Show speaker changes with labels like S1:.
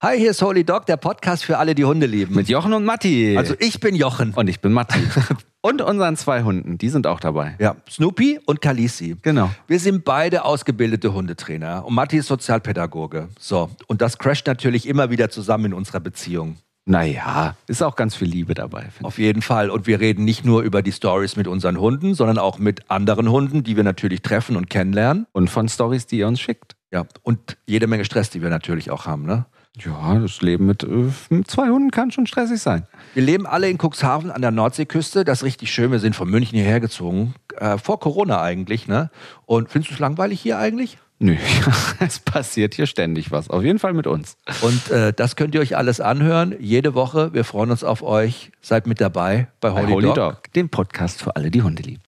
S1: Hi, hier ist Holy Dog, der Podcast für alle, die Hunde lieben.
S2: Mit Jochen und Matti.
S1: Also ich bin Jochen.
S2: und ich bin Matti. und unseren zwei Hunden, die sind auch dabei.
S1: Ja, Snoopy und Kalisi.
S2: Genau.
S1: Wir sind beide ausgebildete Hundetrainer und Matti ist Sozialpädagoge. So, und das crasht natürlich immer wieder zusammen in unserer Beziehung.
S2: Naja, ist auch ganz viel Liebe dabei. finde
S1: Auf jeden Fall. Und wir reden nicht nur über die Stories mit unseren Hunden, sondern auch mit anderen Hunden, die wir natürlich treffen und kennenlernen.
S2: ich. Und von Stories, die ihr uns schickt.
S1: Ja, und jede Menge Stress, die wir natürlich auch haben. Ne?
S2: Ja, das Leben mit, äh, mit zwei Hunden kann schon stressig sein.
S1: Wir leben alle in Cuxhaven an der Nordseeküste. Das ist richtig schön. Wir sind von München hierher gezogen. Äh, vor Corona eigentlich, ne? Und findest du es langweilig hier eigentlich?
S2: Nö, es passiert hier ständig was. Auf jeden Fall mit uns.
S1: Und äh, das könnt ihr euch alles anhören. Jede Woche. Wir freuen uns auf euch. Seid mit dabei bei Holy,
S2: Bei
S1: Dog.
S2: Dog, dem Podcast für alle, die Hunde lieben.